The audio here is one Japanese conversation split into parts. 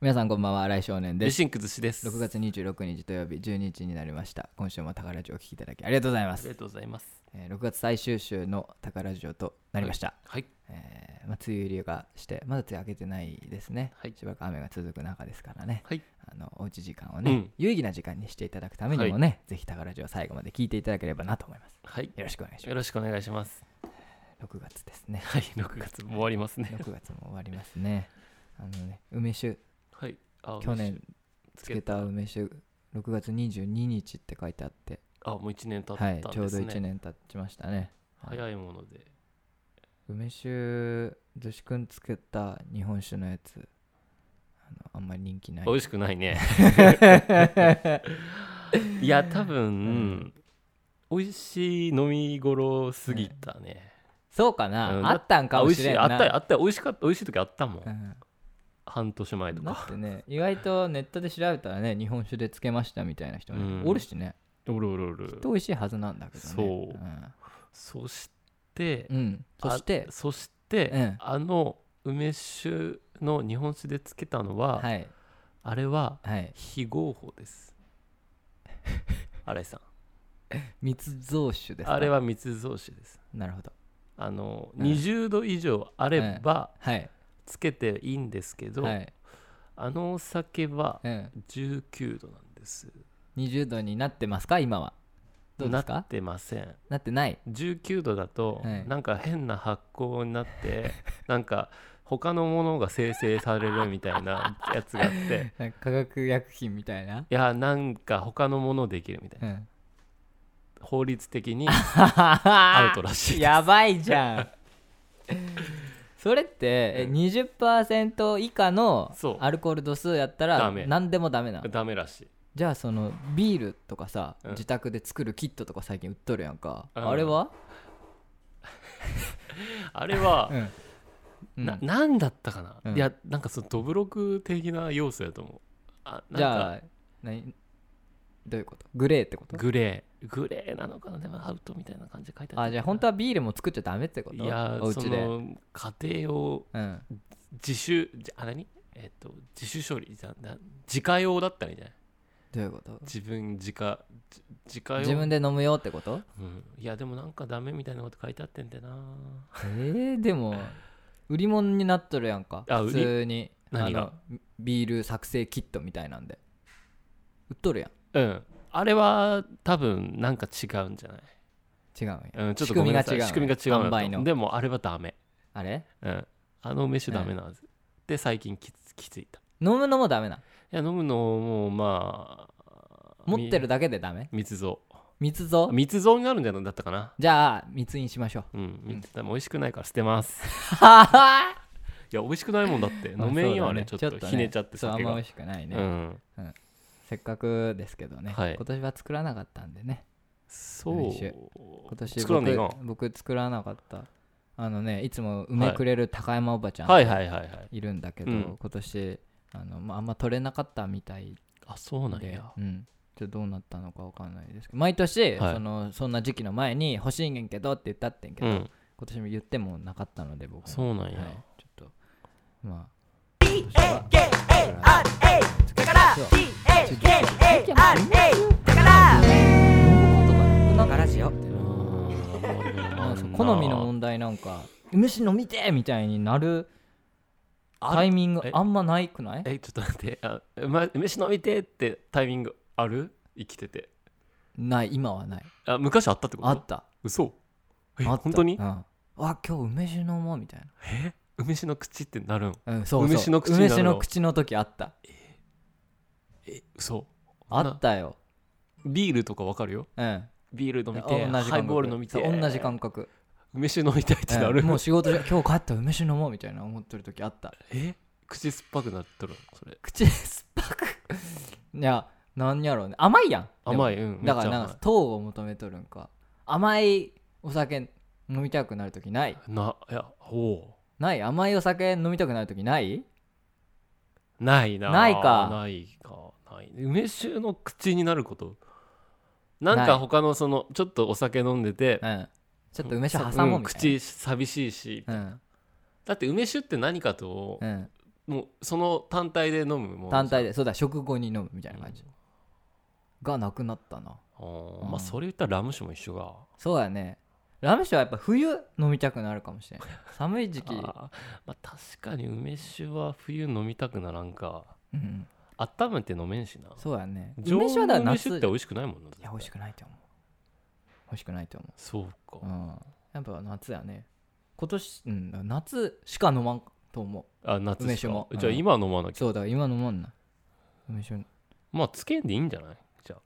皆さんこんばんは、来少年でリす。シンク寿司です。 6月26日土曜日12日になりました。今週も宝ラジオをお聞きいただきありがとうございまありす。がとうございます。えー6月最終週の宝ラジオとなりました。はい。えーまあ、梅雨入りがして、まだ梅雨明けてないですね。はいしばらく雨が続く中ですからね。はい。あのおうち時間をね、うん有意義な時間にしていただくためにもね、ぜひ宝ラジオ最後まで聞いていただければなと思います。はい。よろしくお願いしまよろしくお願いします。す。6月ですね。はい。6月も終わります ね。 6月も終わりますね。あのね、梅酒、はい。あ去年つつけた梅酒6月22日って書いてあって、あ、もう1年経っはたんいですね。ちょうど1年経ちましたね早いもので。梅酒寿司くんつけた日本酒のやつあのあんまり人気ない美味しくな いね。いや、多分、美味しい飲み頃過ぎたね。そうかうんなあったんかあ、美も味ししれんい。なあったよ。あったよ。美味しかった。美味しい時あったも。うんん半年前とだか。ってね意外とネットで調べたらね日本酒でつけましたみたいな人うんねおるしねおるおるおると美味しいはずなんだけどねそうんそして、うんそしてあそして、うんあの梅酒の日本酒でつけたのは、はいあれははい非合法です 新井さん密造酒ですかあれは密造酒ですなるほどあの、うん20度以上あればはいつけていいんですけど、はいあのお酒はうん19度なんです20度になってますか今はどうですかななってませんってない19度だと、はいなんか変な発酵になってなんか他のものが生成されるみたいなやつがあって化学薬品みたいな、いやなんか他のものできるみたいなうん、法律 的にアアウトらしいで すやばいじゃんそれってえうん20%以下のそうアルコール度数やったダらメ何でもダメなのダメらしいじゃあそのビールとかさ、うん自宅で作るキットとか最近売っとるやんか、うんあれは、あれはう、んうんななんだったかな、うんいやなんかそのドブロク的な要素やと思うあなんかじゃあ何どういうことグレーってことグレーグレーなのかなでもアウトみたいな感じで書いてったあじゃあ本当はビールも作っちゃダメってこといやお家そで、の家庭用うん、自主じあ何えっと自主処理じゃな自家用だったらいいんじゃないどういうこと自分自家じ自家用自分で飲むよってことうん、いやでもなんかダメみたいなこと書いてあってんだよなえー、でも売り物になっとるやんかあ普通に売り何があのビール作成キットみたいなんで売っとるやんうんあれは多分なんか違うんじゃない違うんや、うん、ちょっとごめんなさい仕仕組組みみが違がう違う販んだと売のでもあれはダメ、あれうん、あの飯ダメなんです、で最近きつきついたい飲むのもダメなや飲むのもまあ持ってるみだけでダメ密造密造密造になるんじゃなかったかなじゃあ密飲しましょ ううん密でも美味しくないから捨てます ははいや美味しくないもんだって まあ飲めんよそうだあれ、ねちょっとひねちゃってそうあん酒まが美味しくないうね、んせっかくですけどね、はい今年は作らなかったんでねそう美味しい今年作らんでいいな僕僕作らなかったあのねいつも梅くれる高山おばちゃん、はいはいはいはいいるんだけど、うん今年あの、まあ、あんま取れなかったみたいあそうなんでや、うん、ちょっとどうなったのかわかんないですけど毎年、はいそのそんな時期の前に欲しいねんけどって言ったってんけうど、ん今年も言ってもなかったので僕もそうなんや、はい、ちょっとまあ T-A-K-A-R-A だからだからラジオ なんかさ好みの問題なんか梅酒飲みてーみたいになるタイミングえあんまないくない えちょっと待ってあ、ま、飯飲みてーってタイミングある生きててない今はないあ昔あったってことあった嘘えあった本当にうん、あ今日梅酒飲もうみたいえ梅酒の口ってなるんな、うん、そうそう梅酒の口にな梅るの酒の口の時あったえ嘘あったよ、ビールとかわかるようん、ビール飲み同てじー感覚ハイボール飲みてそうー同じ感 覚梅酒飲みたいってなる、うんもう仕事じゃ 今日帰ったら梅酒飲もうみたいな思ってる時あった え口酸っぱくなっとるそれ口酸っぱく いやなんやろうね甘いやんでも甘いうんだからめっちゃなんか糖を求めとるんか甘いお酒飲みたくなる時ないないやおおない甘いお酒飲みたくなる時ないーないなないかないかない梅酒の口になることなんか他のそのちょっとお酒飲んでてうんちょっと梅酒挟もうみたい口寂しいしなだって梅酒って何かとうんうんもうその単体で飲むもん単体でそうだ食後に飲むみたいな感じ、がなくなったなあーまあそれ言ったらラム酒も一緒がそうだねラム酒はやっぱ冬飲みたくなるかもし れない寒い時期、あーまあ確かに梅酒は冬飲みたくならんかうん、温めて飲めんしなそうだね常温梅酒はだからの梅夏酒って美味しくないもんないや美味しくないと思う美味しくないと思そうかう、うん、やっぱ夏やね今年、うん、夏しか飲まんと思うあ夏梅し酒かもじゃあうん今飲まなきゃそうだ今飲まんな梅酒まあつけんでいいんじ ゃないじゃ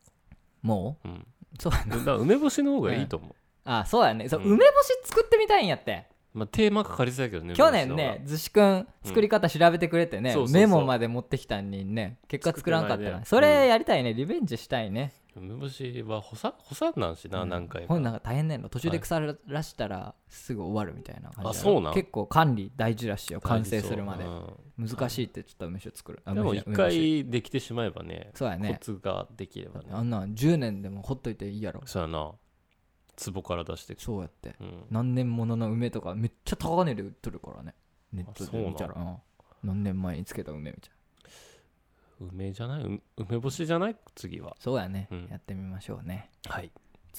もあうんうそうだだから梅干しの方がいいと思うあそうだねそう、うん梅干し作ってみたいんやってまあテーマかかりそうやけどね去年ね逗子くん作り方調べてくれてね、うんそうそうそうメモまで持ってきたんにね結果作らんかった作ってなないねそれやりたいね、リベンジしたいね梅干しは干さ干さんなんしな、うん何回ほもんなんか大変ねんの途中で腐らしたらすぐ終わるみたいな感じあそうなん結構管理大事らしいよ完成するまでう難しいってちょっと梅酒作るあんでも梅一酒梅酒回できてしまえばねそうやコねツができればねあんなん10年でもほっといていいやろそうやな壺から出してきてそうやってうん何年ものの梅とかめっちゃ高値で売っとるからねネットで見たら、うん何年前につけた梅みたいな梅じゃないう梅干しじゃない次はそうやね、うんやってみましょうねはい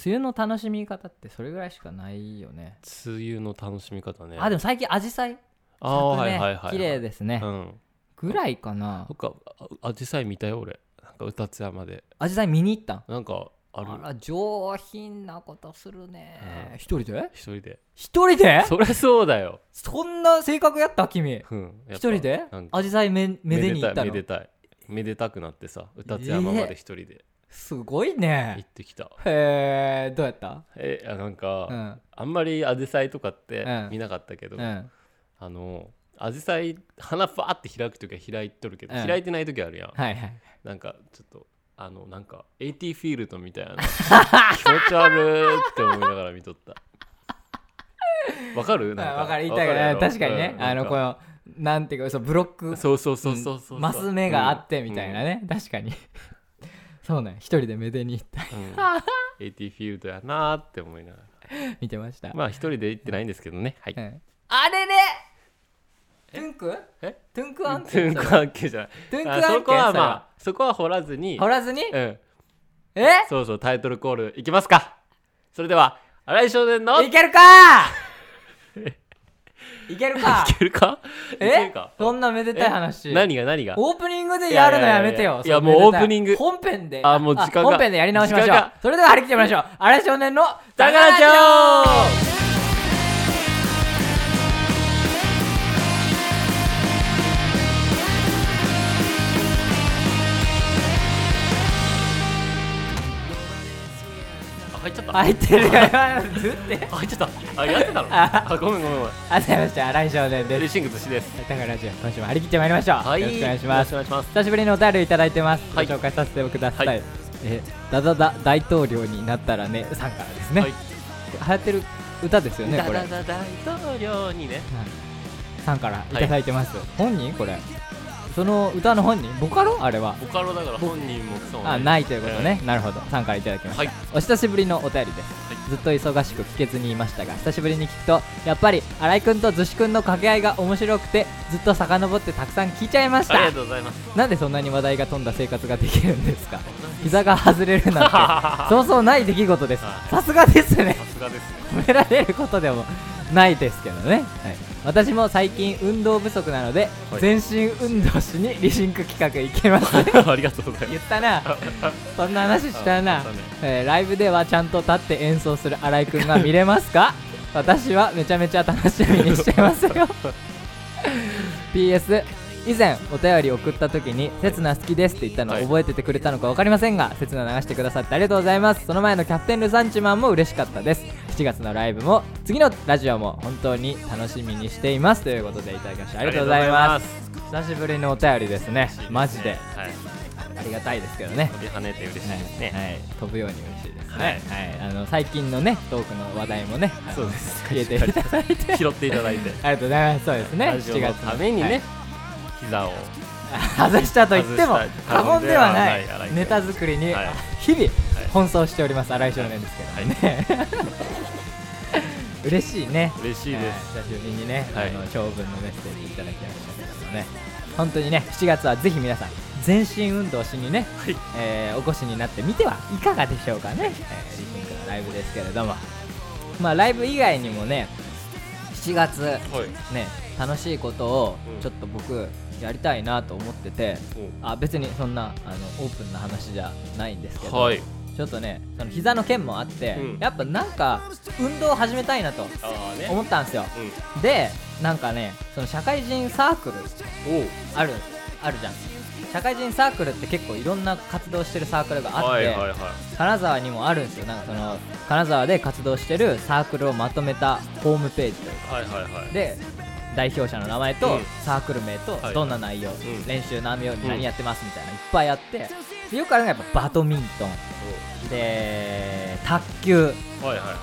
梅雨の楽しみ方ってそれぐらいしかないよね梅雨の楽しみ方ねあでもも最近アジサイああはいはいはいはい綺麗ですね、うんぐらいかな僕はあじさい見たよ俺なんか歌津山でアジサイ見に行ったんなんかあるら上品なことするね、一人で一人で一人でそりゃそうだよそんな性格やった君うん一やっぱ人でなんかアジサイめめでに行っためのでたいめでたいめでたくなってさ歌津山まで一人ですごい行ねってきた、へえどうやったえあなんか、うんあんまりアジサイとかってうん見なかったけど、うんあのアジサイ花パーって開く時は開いとるけど、うん開いてない時あるやんはいはいなんかちょっとあのなんか AT フィールドみ たいな気持ち悪いって思いながら見とったわかるなんかあ分かる言いたいからわか確かにるねやろ、うんあのこなんかのなんていうかそうブロックそうそうそうそうそうそうマス目があってうんみたいなね、確かに そうね一人でめでに行ったうんうん AT フィールドやなーって思いながら見てました、まあ一人で行ってないんですけどねはいうんあれれトゥンクえトゥンクアントゥケントク案件じゃないゥンクアンあケそこそれはまあそこは掘らずに掘らずにうんえそうそうタイトルコールいきますかそれでは新井少年のいけるか いけるかいけるかいけえるかそんなめでたい話え何が何がオープニングでやるのやめてよいやそんいやいやいやなめでたもうオープニング本編であもう時間が本編でやり直しまし時ょ間うがそれでは張り切ってみましょう荒井少年の高高田田ちゃんあ入っちゃった入ってるよ 今ずってあ入っちゃったあやってたのあごめんごめんごめんあざいました荒井少年ヘルですシング寿司です高田ラジオ今週も張り切ってまいりましょう、はいよろしくお願いしますよろしくお願いし久しぶりにお便りいただいてます、はいご紹介させてください、はいえダダダ大統領になったらねさんからですね、はい流行ってる歌ですよねこれダダダ大統領にねさんからいただいてます、本人これその歌の本人ボカロあれはボカロだから本人もそうあないということね、なるほどさんからいただきました、はいお久しぶりのお便りです、ずっと忙しく聞けずにいましたが久しぶりに聞くとやっぱり新井君と逗子君の掛け合いが面白くてずっと遡ってたくさん聞いちゃいましありたがとうございますなんでそんなに話題が飛んだ生活ができるんです か膝が外れるなんてそうそうない出来事ですはいさすがですねさすがです褒められることでもないですけどね、はい、私も最近運動不足なので、はい全身運動しにリシンク企画行けます ありがとうござい言まった なそんな話したああなったねえーライブではちゃんと立って演奏する新井くんが見れます か私はめちゃめちゃ楽しみにしてますよ PS 以前お便り送った時に「せつな好きです」って言ったのをはい覚えててくれたのか分かりませんがせつな流してくださってありがとうございますその前のキャプテンルサンチマンも嬉しかったです7月のライブも次のラジオも本当に楽しみにしていますということでいただきましてすありがとうございますす久しぶりのお便りですねマジではいありがたいですけどね飛び跳ねて嬉しいはいですねはい、飛ぶように嬉しいですはね、はいあの最近のねトークの話題もねあのそうです消え ていただいてあり拾っていただいてがとうございますそうですねラジオ7の月ためにね、膝をはい外したと言っても外した過言ではない過言ではないネタ作りにはい日々奔走しております新井少年ですけどはい嬉しいね嬉しいです、はい久しぶりにね、はいあの長文のメッセージいただきましたけどね本当にね7月はぜひ皆さん全身運動しにね、はいえーお越しになってみてはいかがでしょうかね、えー、リスニングのライブですけれどもまあライブ以外にもね7月ねはい楽しいことをうんちょっと僕やりたいなと思ってて、あ別にそんなあのオープンな話じゃないんですけど、はいちょっとねその膝の件もあって、うんやっぱなんか運動を始めたいなとああね思ったんですようでなんかねその社会人サークルんおうあるあるじゃん社会人サークルって結構いろんな活動してるサークルがあって、はいはいはい金沢にもあるんですよなんかその金沢で活動してるサークルをまとめたホームページというかはいはいはいで代表者の名前うとんサークル名とはいどんな内容、ん練習何秒にうん何やってますみたいなのいっぱいあってでよくあるのがやっぱバドミントンで卓球おうはいはいは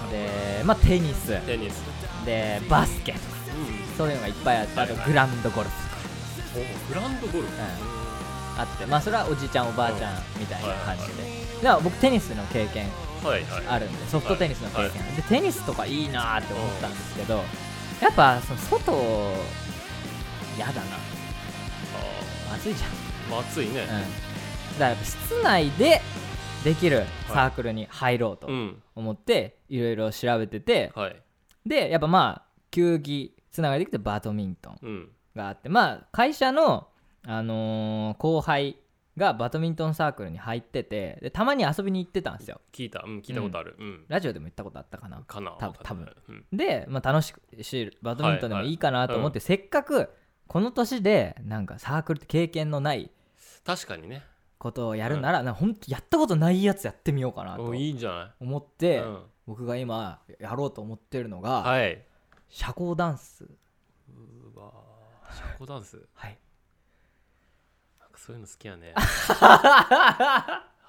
で、まあ、テニスいテニスでバスケとかうんそういうのがいっぱいあってあとはいはいグラウンドゴルフとかおグランドゴルフあってまあそれはおじいちゃんおばあちゃんみたいな感じはいはでだから僕テニスの経験はいはいあるんでソフトテニスの経験、はいはでテニスとかいいなーって思ったんですけどやっぱその外嫌だなあ暑いじゃんーまあ暑いねうん、だからやっぱ室内でできるサークルに入ろうとうん思っていろいろ調べてて、はいでやっぱまあ球技つながりでいくとバドミントンうんがあってまあ会社の、あのー後輩がバドミントンサークルに入っててでたまに遊びに行ってたんですよ聞いたうん聞いたことあるうんラジオでも言ったことあったかなかな多分多分うんで、まあ、楽しくしバドミントンでもいいかなと思って、はせっかくこの年でなんかサークルって経験のない確かにねことをやるなら、なんか本当やったことないやつやってみようかなとおいいんじゃな思っいて、うん僕が今やろうと思ってるのが、はい社交ダンスうわー社交ダンスはいなんかそういうの好きやね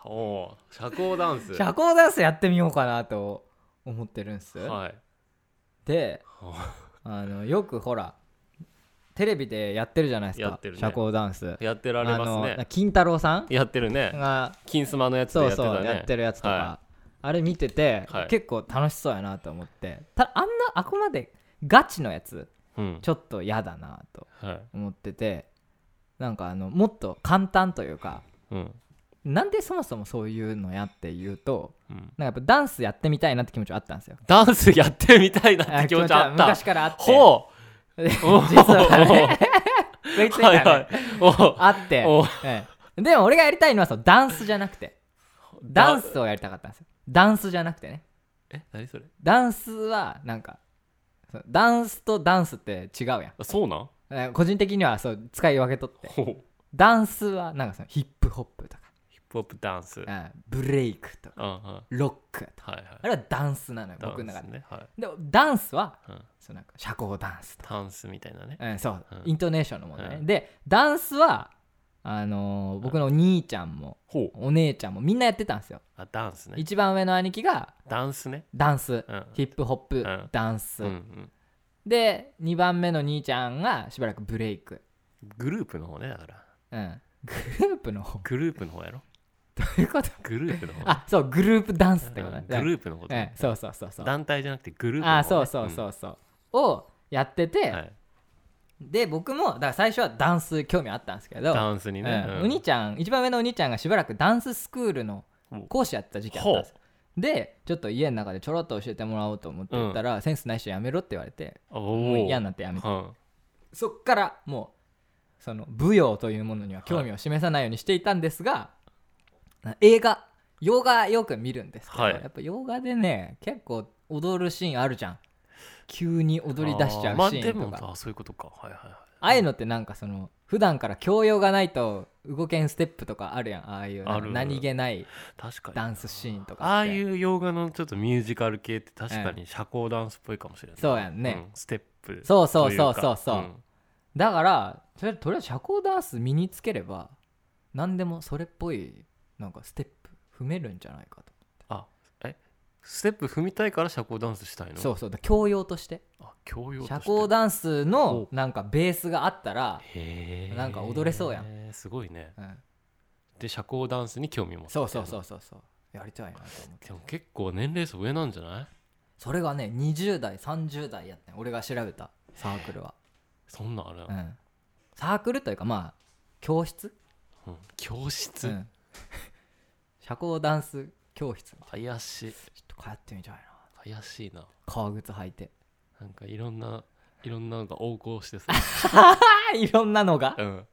おお社交ダンス社交ダンスやってみようかなと思ってるんです、はいではあのよくほらテレビでやってるじゃないですやかっ、てるね社交ダンスあやってられますあのね金太郎さんやってるねが金スマのやつでそやうってたそねうや,、ってるやつとか、はあれ見てて、はい結構楽しそうやなと思ってただあんなあくまでガチのやつうんちょっと嫌だなとはい思っててなんかあのもっと簡単というかうんなんでそもそもそういうのやっていうとうんなんかやっぱダンスやってみたいなって気持ちはあったんですよダンスやってみたいな って気持ちああっ昔たからあってほう 実おうはね 追いついたはいねはいおうあって、おうええでも俺がやりたいのはそのダンスじゃなくてダンスをやりたかったんですよダンスじゃなくてねえ何それダンスはなんかそうダンスとダンスって違うやんあそうなんえー個人的にはそう使い分けとってほうダンスはなんかそのヒップホップとか、ヒップホップダンスうんうんブレイクとかうんはロックとかいはいあれはダンスなのよダンス僕の中でねはいでもダンスはうんそうなんか社交ダンスとか、ダンスみたいなねうん、そう、うんイントネーションのものね、うんでダンスはあのー僕のお兄ちゃんもほうお姉ちゃんもみんなやってたんですよあダンスね一番上の兄貴がダンスねダンスうんヒップホップ、んダンス、うんうんで2番目の兄ちゃんがしばらくブレイク、グループの方ねだかうらん、グループの方グループの方やろどういうことグループの方あそうグループダンスうっんてことね、グループのう方んそうそうそうそう団体じゃなくてグループの方ねあそうそうそうそう、をやってて、うんはいで僕もだから最初はダンス興味あったんですけどダンスにねうんうんお兄ちゃん一番上のお兄ちゃんがしばらくダンススクールの講師やってた時期あったんですよでちょっと家の中でちょろっと教えてもらおうと思って言ったら、センスないしやめろって言われておもうー嫌になってやめてうんそっからもうその舞踊というものには興味を示さないようにしていたんですが、な映画洋画よく見るんですけど、はいやっぱ洋画でね結構踊るシーンあるじゃん急に踊り出しちゃあまうあシでーンともかあ,、あそういうことかはいはいはいあいうのってなんかその普段から教養がないと動けんステップとかあるやんああいうなんあかる何気ない確かにダンスシーンとかああういう洋画のちょっとミュージカル系って確かに社交ダンスっぽいかもしれないそうやんね、うんステップそうそとういそうかうそうそう、んだからとりあえずとりあえず社交ダンス身につければ何でもそれっぽいなんかステップ踏めるんじゃないかとあえステップ踏みたいから社交ダンスしたいのそううそうだ教養としてあ教養として社交ダンスのほなんかベースがあったら、へえなんか踊れそうやんんすごいねうんで社交ダンスに興味持ってそうそうそうそうそうやりたいなと思ってでも結構年齢層上なんじゃないそれがね20代30代やってん俺が調べたサークルは、そんなんあるやんうん、サークルというかまあ教室、うん教室、うん、 社交ダンス教室ちょ怪しいっと通ってみたいな怪しいな革靴履いてなんかいろんないろんなのが横 行してさ、あいろんなのがうん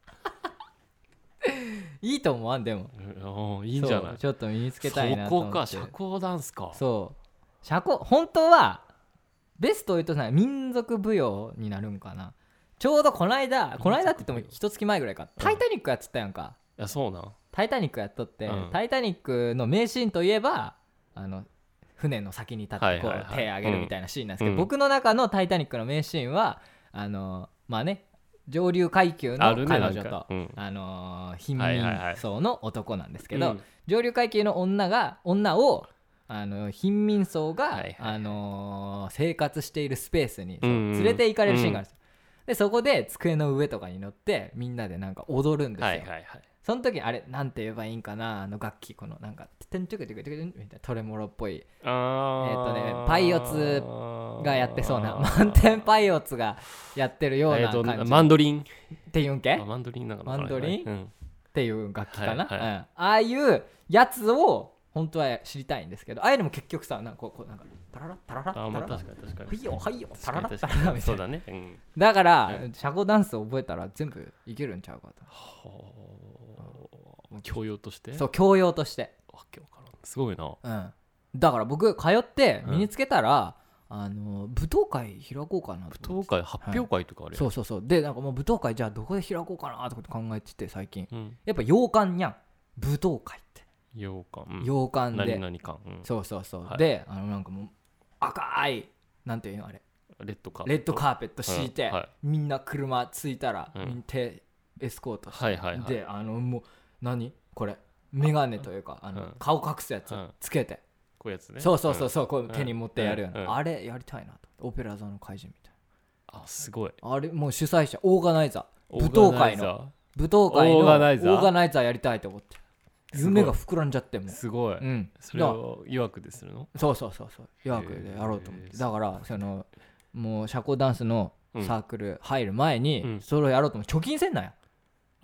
いいと思わんでもうんおー、いいんじゃなそういちょっと身につけたいなとそ思こってか社交ダンスかそう社交本当はベストを言うとさ民族舞踊になるんかなちょうどこの間この間って言っても民族舞踊一月前ぐらいか「タイタニック」やってたやんかいやそうなん「タイタニック」やっとって「うんタイタニック」の名シーンといえばあの船の先に立ってこはいはいうはい手を挙げるみたいなシーンなんですけど、うん僕の中の「タイタニック」の名シーンはあのまあね上流階級あのるね彼なん女かと、うんあのー貧はいはいは民い層の男なんですけうどん、上流階級の女が女をあの貧民層が、はいはいはいあのー生活しているスペースにそううんうん連れて行かれるシーンがあるんですよ、でそこで机の上とかに乗ってみんなでなんか踊るんですよ、はいはいはいその時あれなんて言えばいいんかなあの楽器このなんかテンテクテクテクテンみたいなトレモロっぽいあえっとねパイオツがや ってそうな満点点パイオツがやってるようえなっと感じ、マンドリンっていうんけあマンドリンなのかなマンドリンはいはいっていう楽器かな、はいはいうんああいうやつを本当は知りたいんですけどああいうのも結局さなんかこうこうなんかパララパララうんパあまラあラ確かに確かにはいよはいよパ確ラかラにパ確ラかラみにたそいうなだねうんだからう社交ダンスを覚えたら全部いけるんちゃうかとほう教養としてそう教養としてわけわからんすごいなうんだから僕通ってうん身につけたら、あの舞踏会開こうかな舞と思っ踏て会発表会とかあるそうそうそうでなんかもう舞踏会じゃあどこで開こうかなとかって考えてて最近うんやっぱ洋館にゃん舞踏会って羊羹うん洋館で何々館うんそうそうそう、はいであのなんかもう赤いなんていうのあれレッドカーペレッッドカーペット敷いて、うんはいみんな車着いたら、うんみん、手エスコートして、はいはいはいであのもう何これ眼鏡というかあの、うん顔隠すやつうんつけて、こういうやつねそうそうそううんそうこう手に持ってやるような、うんうんあれやりたいなとオペラ座の怪人みたいあすごいなあれもう主催者オーガナイザー舞踏会のの舞踏会のオーガナイザーオーガナイザーやりたいと思ってすごい夢が膨らんじゃってもうすごういんそれをいわくでするのそうそうそうそう予約でやろうと思って、へーだからそのもう社交ダンスのうんサークル入る前に、うんそれをやろうと思って貯金せんなよ、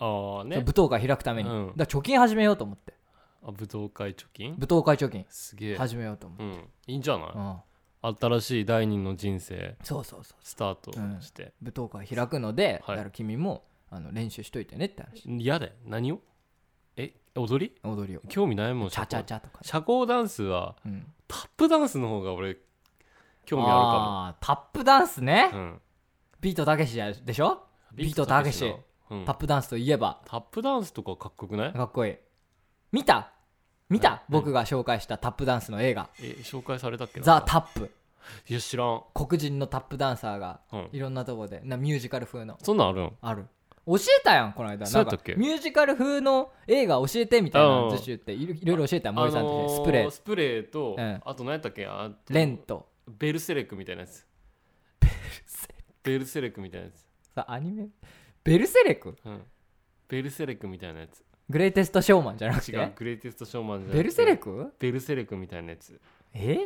ああそのね舞踏会開くために、うんだから貯金始めようと思ってあ舞踏会貯金舞踏会貯金すげえ始めようと思って、うんいいんじゃないうん新しい第二の人生そうそうそうスタートして舞踏会開くので、はいだから君もあの練習しといてねって話嫌だよ何をえ踊り踊りを興味ないもんチャチャチャとか、社交ダンスはうん、タップダンスの方が俺興味ああータップダンスねる、かもうんビートたけしでしょビートたけしうんタップダンスといえばタップダンスとかかっこよくないかっこいい見た見うんた僕が紹介したタップダンスの映画え紹介されたっけなザ・タップいや知らん、黒人のタップダンサーがうん、いろんなとこでなミュージカル風のそんなんあるんある教えたやんこの間そうなんやったかっけミュージカル風の映画教えてみたいなうん自習っていろいろいろ教えたやん森さんと一緒にスプレあのースプレーと、うんあと何やったっけあとレントベルセレクみたいなやつベルセレクみたいなやつ、さアニメベルセレクうん、ベルセレクみたいなやつグレイテストショーマンじゃなく違てうグレイテストショーマンじゃなくてベルセレクベルセレクみたいなやつえ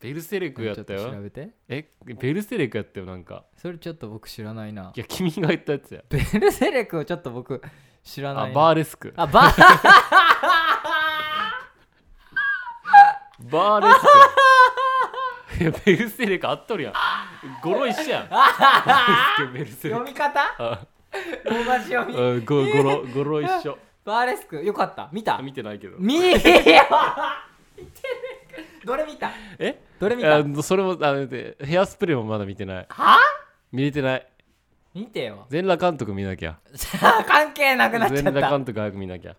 ベルセレクちょやっっとた調よべてえベルセレクやったよなんかそれちょっと僕知らないないや君が言ったやつやベルセレクをちょっと僕知らあないなバーレスクあバーバー レスクいやベルセレク合っとるやん語呂一緒やんバーレスクベルセレ読クみ方あローマ字読みうんご語呂語呂一緒バーレスクよかった見たあ見てないけど見よ見てねどれ見たえどれ見たあそれもあでヘアスプレーもまだ見てないは見れてない見てよ全裸監督見なきゃ関係なくなっち全ゃっ裸た監督早く見なきゃ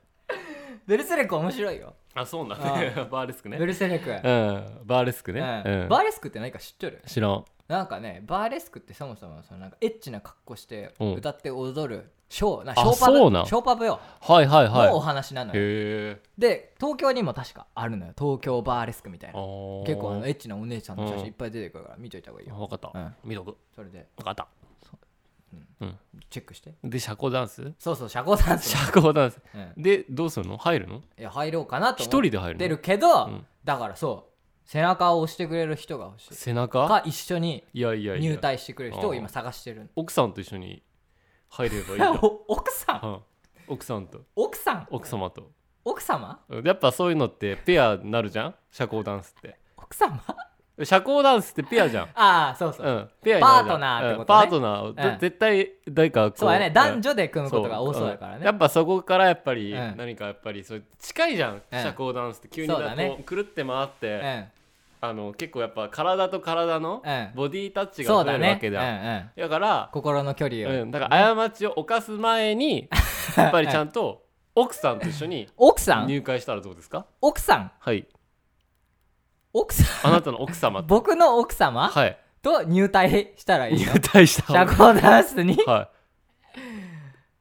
ベルセレク面白いよ、あそうなんあ バーレスクねベルセレク、うんバーレスクねうんうんバーレスクって何か知っとる知らんなんかねバーレスクってそもそもそのなんかエッチな格好してうん歌って踊るショーなシあョーパブそうなんショーパブよはいはいはいのお話なのよ、へえで東京にも確かあるのよ東京バーレスクみたいな結結構あのエッチなお姉ちゃんの写真いっぱい出てくるから見といた方がいいよ、分かった、うん見とくそれで分かったチェックしてで社交ダンスそう そう社交ダンス社の、交ダンスうん、でどうするの入るのいや入ろうかなと一思っ人で入てるのるけど、うんだからそう背中を押してくれる人が欲しい背中か一緒にいやいやいや入隊してくれる人を今探してる奥さんと一緒に入ればいい じゃんお奥さんうん奥さんと奥さん奥様と奥様うんやっぱそういうのってペアになるじゃん社交ダンスって奥様社交ダンスってペアじゃんああそうそう、うん、ペアになるじゃパートんナーってことねうんパートナーを、うん絶対誰かこそうやね男女女で組むことが多そうだからね、やっぱそこからやっぱり、うん何かやっぱりそれ近いじゃん、社交ダンスって急にだそうだねこうくるって回って、あの結構やっぱ体と体のうんボディタッうチんそがう増だえるねわけだ,、うんうん、だから、心の距離を、うん、だから過ちを犯す 前にやっぱりちゃんと奥さんと一緒に奥さん入会したらどうですか奥さんはい奥さんあなたの奥様 と僕の奥様はいと入隊したらいい入の会した方が社交ダンス にはい、あ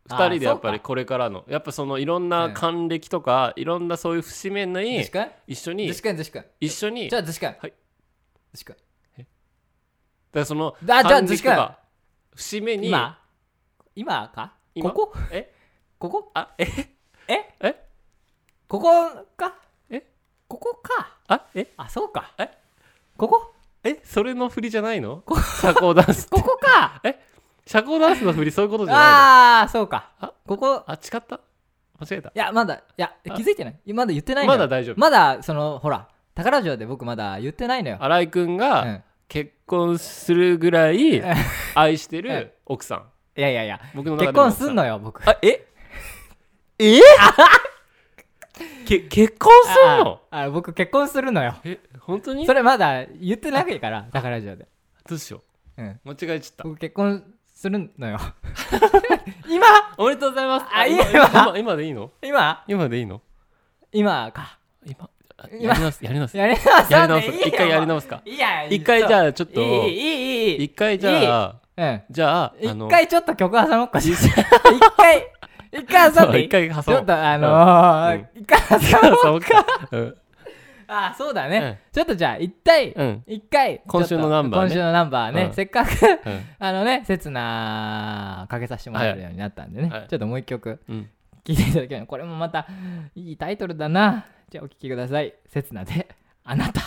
ー2人でやっそぱうりかこれからのやっぱそのいろんうなん還暦とか、いろんなそういう節目にずしくん一緒にずしくんずしくん一緒にじだゃかあずしくんはいずしくんらそのあじゃあ還暦とか節目に今今か今ここえここあえええここかえここかあえあそうかえここえそれの振りじゃないの社交ダン スここかえ社交ダンスの振りそういうことじゃないああそうかあここのあ違った間違えたいやまだいや気づいてないまだ言ってないのまよだ大丈夫まだそのほら宝城で僕まだ言ってないのよ新井君うがん結婚するぐらいうん愛してうんる奥さんいやいやいや僕の中で結も婚奥さすんのよ僕あええけ結婚すんのああ僕結婚するのよえ本当にそれまだ言ってないから宝城でどうしようんう間違えちゃっ僕結婚するのよ 今たおめでとうございますあいい今わ今今でいいの今今でいいの今か今あやり今直すやり直すやり直すやり直すいいよ一回やり直すかいや一回じあゃあちょっいといいいいいいい一回じゃあうんじゃああ一回ちょっと曲挟もうか一 回一回挟んそうでい一い回 挟ちょもっうとあのー一回挟もう そうかうんあそうだねちょっとじゃあ一体うん一回今週のナンバーね今週のナンバーねうんせっかくうんあのね刹那かけさせてもらえるようになったんではねいちょっともう一曲うん聞いていただければこれもまたいいタイトルだなじゃあお聞きください刹那であなた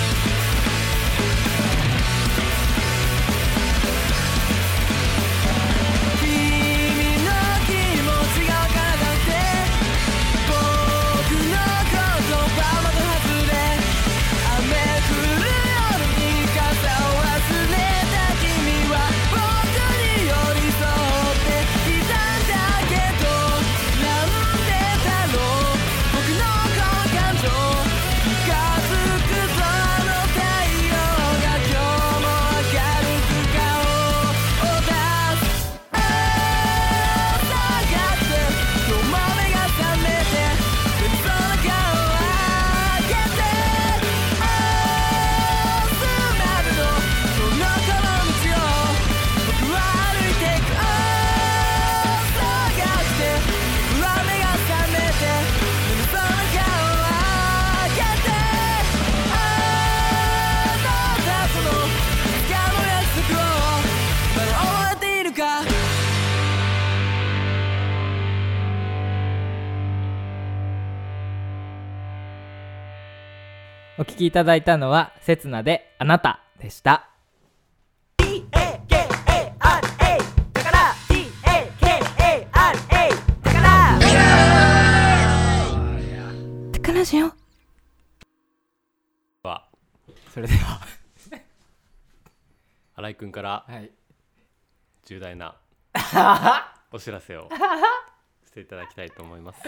君の気持ちがわからなくて僕の言葉また外れ雨降る夜に傘を忘れた君は僕に寄り添っていたんだけどなんでだろう僕のこの感情近づくその太陽が今日も明るく顔を出す「ああ」「探して」「夜まで重ねて」「別の顔を開けて」「ああ」「までのそのこの道を僕は歩いていく」「ああ」「探して」「夜まで重ねて」「別の顔を開けて」「ああ」「たその日の約束をまだ覚えているか」お聞きいただいたのは刹那であなたでしたはそれでは新井君からはい重 大なお知らせをしていただきたいと思います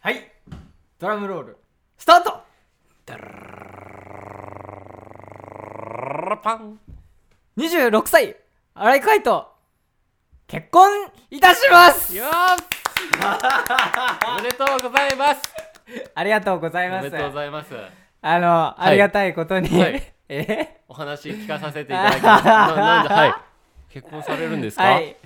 はいドラムロールスタートパン26歳新井海斗結婚いたします よーおめでとうございますありがとうございおまめすでとうございますあの、ありがたいことに、はい えお話聞かさせていただ きますななんではい結婚されるんですか、はい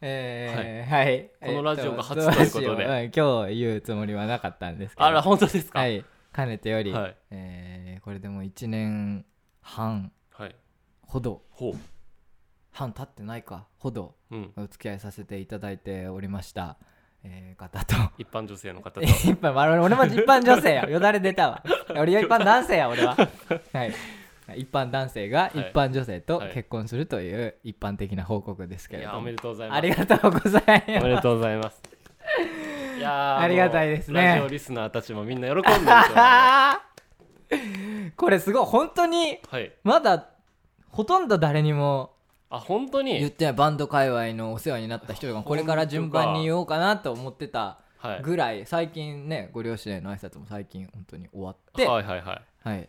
えーはいこのラジオが初えっということでラジオうん今日言うつもりはなかったんですけどあら本当ですか、はいかねてより、はいえーこれでも1年半はいほどほ半経ってないかほどううんお付き合いさせていただいておりました、えー方と一般女性の方と一般我々俺も一般女性やよだれ出たわ俺は一般男性や俺ははい一般男性が一般女性とはい結婚するという一般的な報告ですけいれどやも、おめでとうございますありがとうござい おめまでとうございます。いやーありがたいですねもうラジオリスナーたちもみんな喜んでると思 うはすこれすごい本当にい。まだほとんど誰にもあ本当言っに。てないバンド界隈のお世話になった人がこれから順番に言おうかなと思ってたはい。ぐらい最近ねご両親への挨拶も最近本当に終わって、はいはいはい。はい、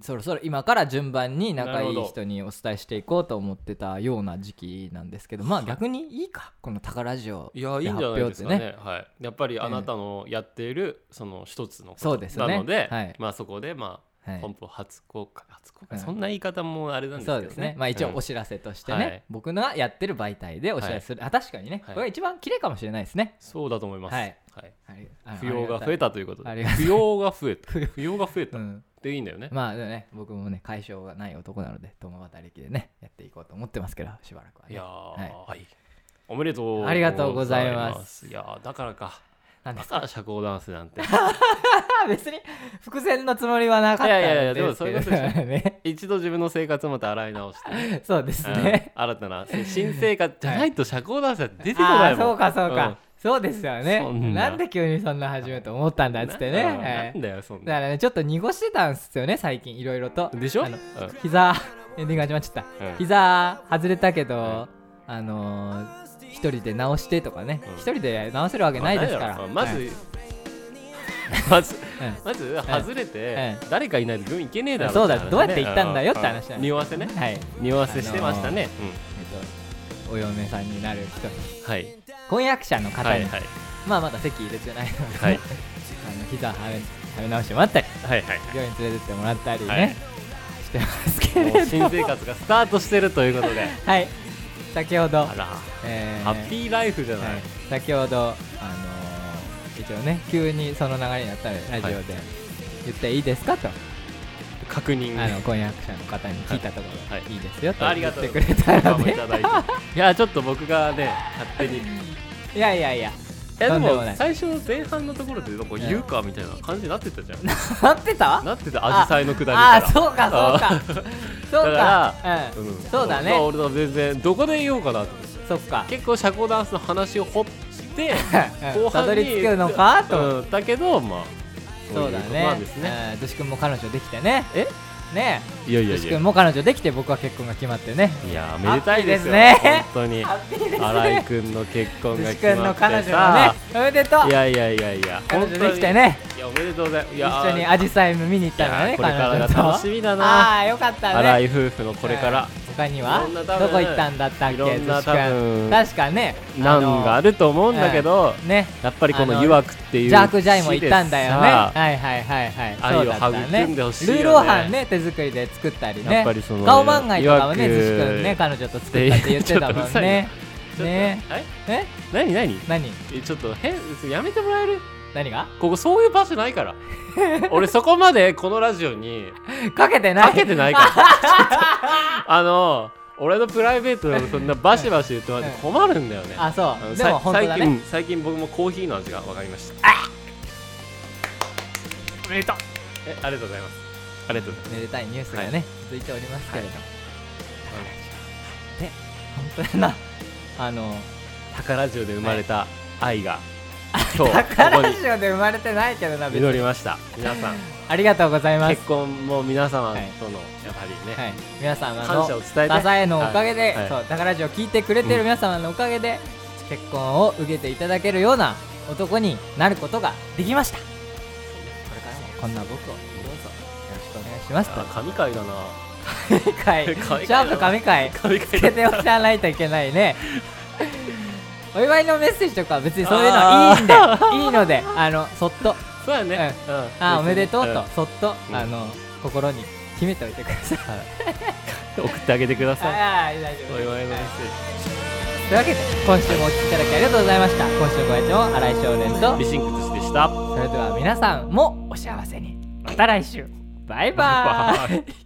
そろそろ今から順番に仲いい人にお伝えしていこうと思ってたような時期なんですけどまあ逆にいいかこの「宝ラジオ」いやいいんじゃないですかでね発表はい。やっぱりあなたのやっているその一つのことそうですねなので、はいまあそこでまあ、はい本譜初公開初公開、うんそんな言い方もあれなんですそけどうね。ですねまあ一応おし知らせとしてね、はい僕のやってる媒体でお知らせする、あ確かにね、はいこれが一番綺麗かもしれないですね、そうだと思います。ははいい。はい、あの不要が増えたということでありがたい不要が増 えた不要が増えたうっんていいんだよね、まあでもね僕もね解消がない男なので共働きでねやっていこうと思ってますけどしばらくは、ね、いやーはいはい、おめでとうありがとうございますいやーだからかなだんですから社交ダンスなんて あ別に伏線のつもりはなかったんいやいやいやですけどでもそういうこ とね一度自分の生活をまた洗い直して、そうですねうん新たな 新生活じゃないと社交ダンスなんて出てこあなあいーもんそうかそうか、そうですよねそんななんで急にそんな始めようと思ったんだっつってねなはいなんだよそんだなからねちょっと濁してたんですよね最近いろいろとでしょあのうん膝エンディング始まっちゃった、うん膝外れたけど、はあのー一人で直してとかね、うん一人で直せるわけないですから、まあないだろはいまず、うんまずまず外れてう誰かいないと病院行けねえだろそうだって話ねどうやって行ったんだよって話だようん匂わせねはい匂わせしてましたね、えっと、お嫁さんになる人うんはい婚約者のは方に、いはいまあまだ席入れてないので、はいあの膝はめはめ直してもらったりはいはい病院連れてってもらったりね、はいしてますけもうれど新も生活がスタートしてるというこ とではい先ほどあ、らえーハッピーライフじゃない、はい、先ほどあのー一応ね急にその流れになったのでラジオで言っていいですかと、確認あの婚約者の方に聞いたところ、はいい、いですよとあり言がっとうてくれたのいでただいていやちょっと僕がね勝手にいいやいやいややとでんでももない最初の前半のところでなんか言うかみたいな感じになってたじゃんなってたなってたアジサイのくだりああかそうかそうか そうかだうらんんそうだねまあ俺は全然どこで言おうかなと思ってそっか結構社交ダンスの話を掘って うん後半にたどり着くのかとうんだけどまあそうだいことねなんですねうん女子くんも彼女できてねえねいやいえ女やい子くやんも彼女できて僕は結婚が決まって ねいやめでたいですよハッピーですね本当にハッピーです新井ねくんの結婚女が子決くんまのって彼女もねおさめでとういやいやいやいや彼本女当でにきてねいやおめでとうございますい一や緒にアジサイ見に行ったのいねやこ彼れから女がと楽しみだなああよかった新井ね夫婦のこれからうん他にはいろんな多分どこ行ったんだったっけいろんな女子くん多分確かねあの難があると思うんだけどねやっぱりこの誘惑っていうジャークジャイも行ったんだよね地でさはいはいはいはい愛をそうだったね育んでほしいよルねーローハンね手作りで作ったりねやっぱりその顔漫画とかはねいわ寿く司くんね彼女と作ったって言ってた もんねちょっとねええ何何何えちょっと変やめてもらえる何がここそういう場所な いから俺そこまでこのラジオにかけてないかけてないから ちょっとあの俺のプライベートでそんなバシバシ言ってもらって困るんだよね あそあのうでさも本当だ最近ねうん最近僕もコーヒーの味が分かりましたおめでとうえありがとうございますありがとうございめでたいニュースがはね続いておりますけれどもます本当だなあのタカラジオで生まれた愛が今日こ宝こラにジオで生まれてないけどな別実にりました皆さんありがとうございます結婚も皆様はいとのやはりね、はい、皆様の感謝を伝えて支えのおかげで、はいはいそう宝ラジオ聞いてくれてる皆様のおかげで、結婚を受けていただけるような男になることができましたこれからもこんな僕をどうぞよろしくお願いしますとあ神回だな神回神回シャープ神回神つ回けだておかないといけない ねお祝いのメッセージとかは別にそういうのはいいんでいいのであのそっとそうやね、うんあーおめでとう別と、にそっと、うんあの心に秘めておいてくださいうん送ってあげてくださいあー大丈夫おです祝いのメッセージというわけで今週もお聴きいただきありがとうございました今週のご愛聴も新井少年とリシンクスでしたそれでは皆さんもお幸せにた来週バイババイーイ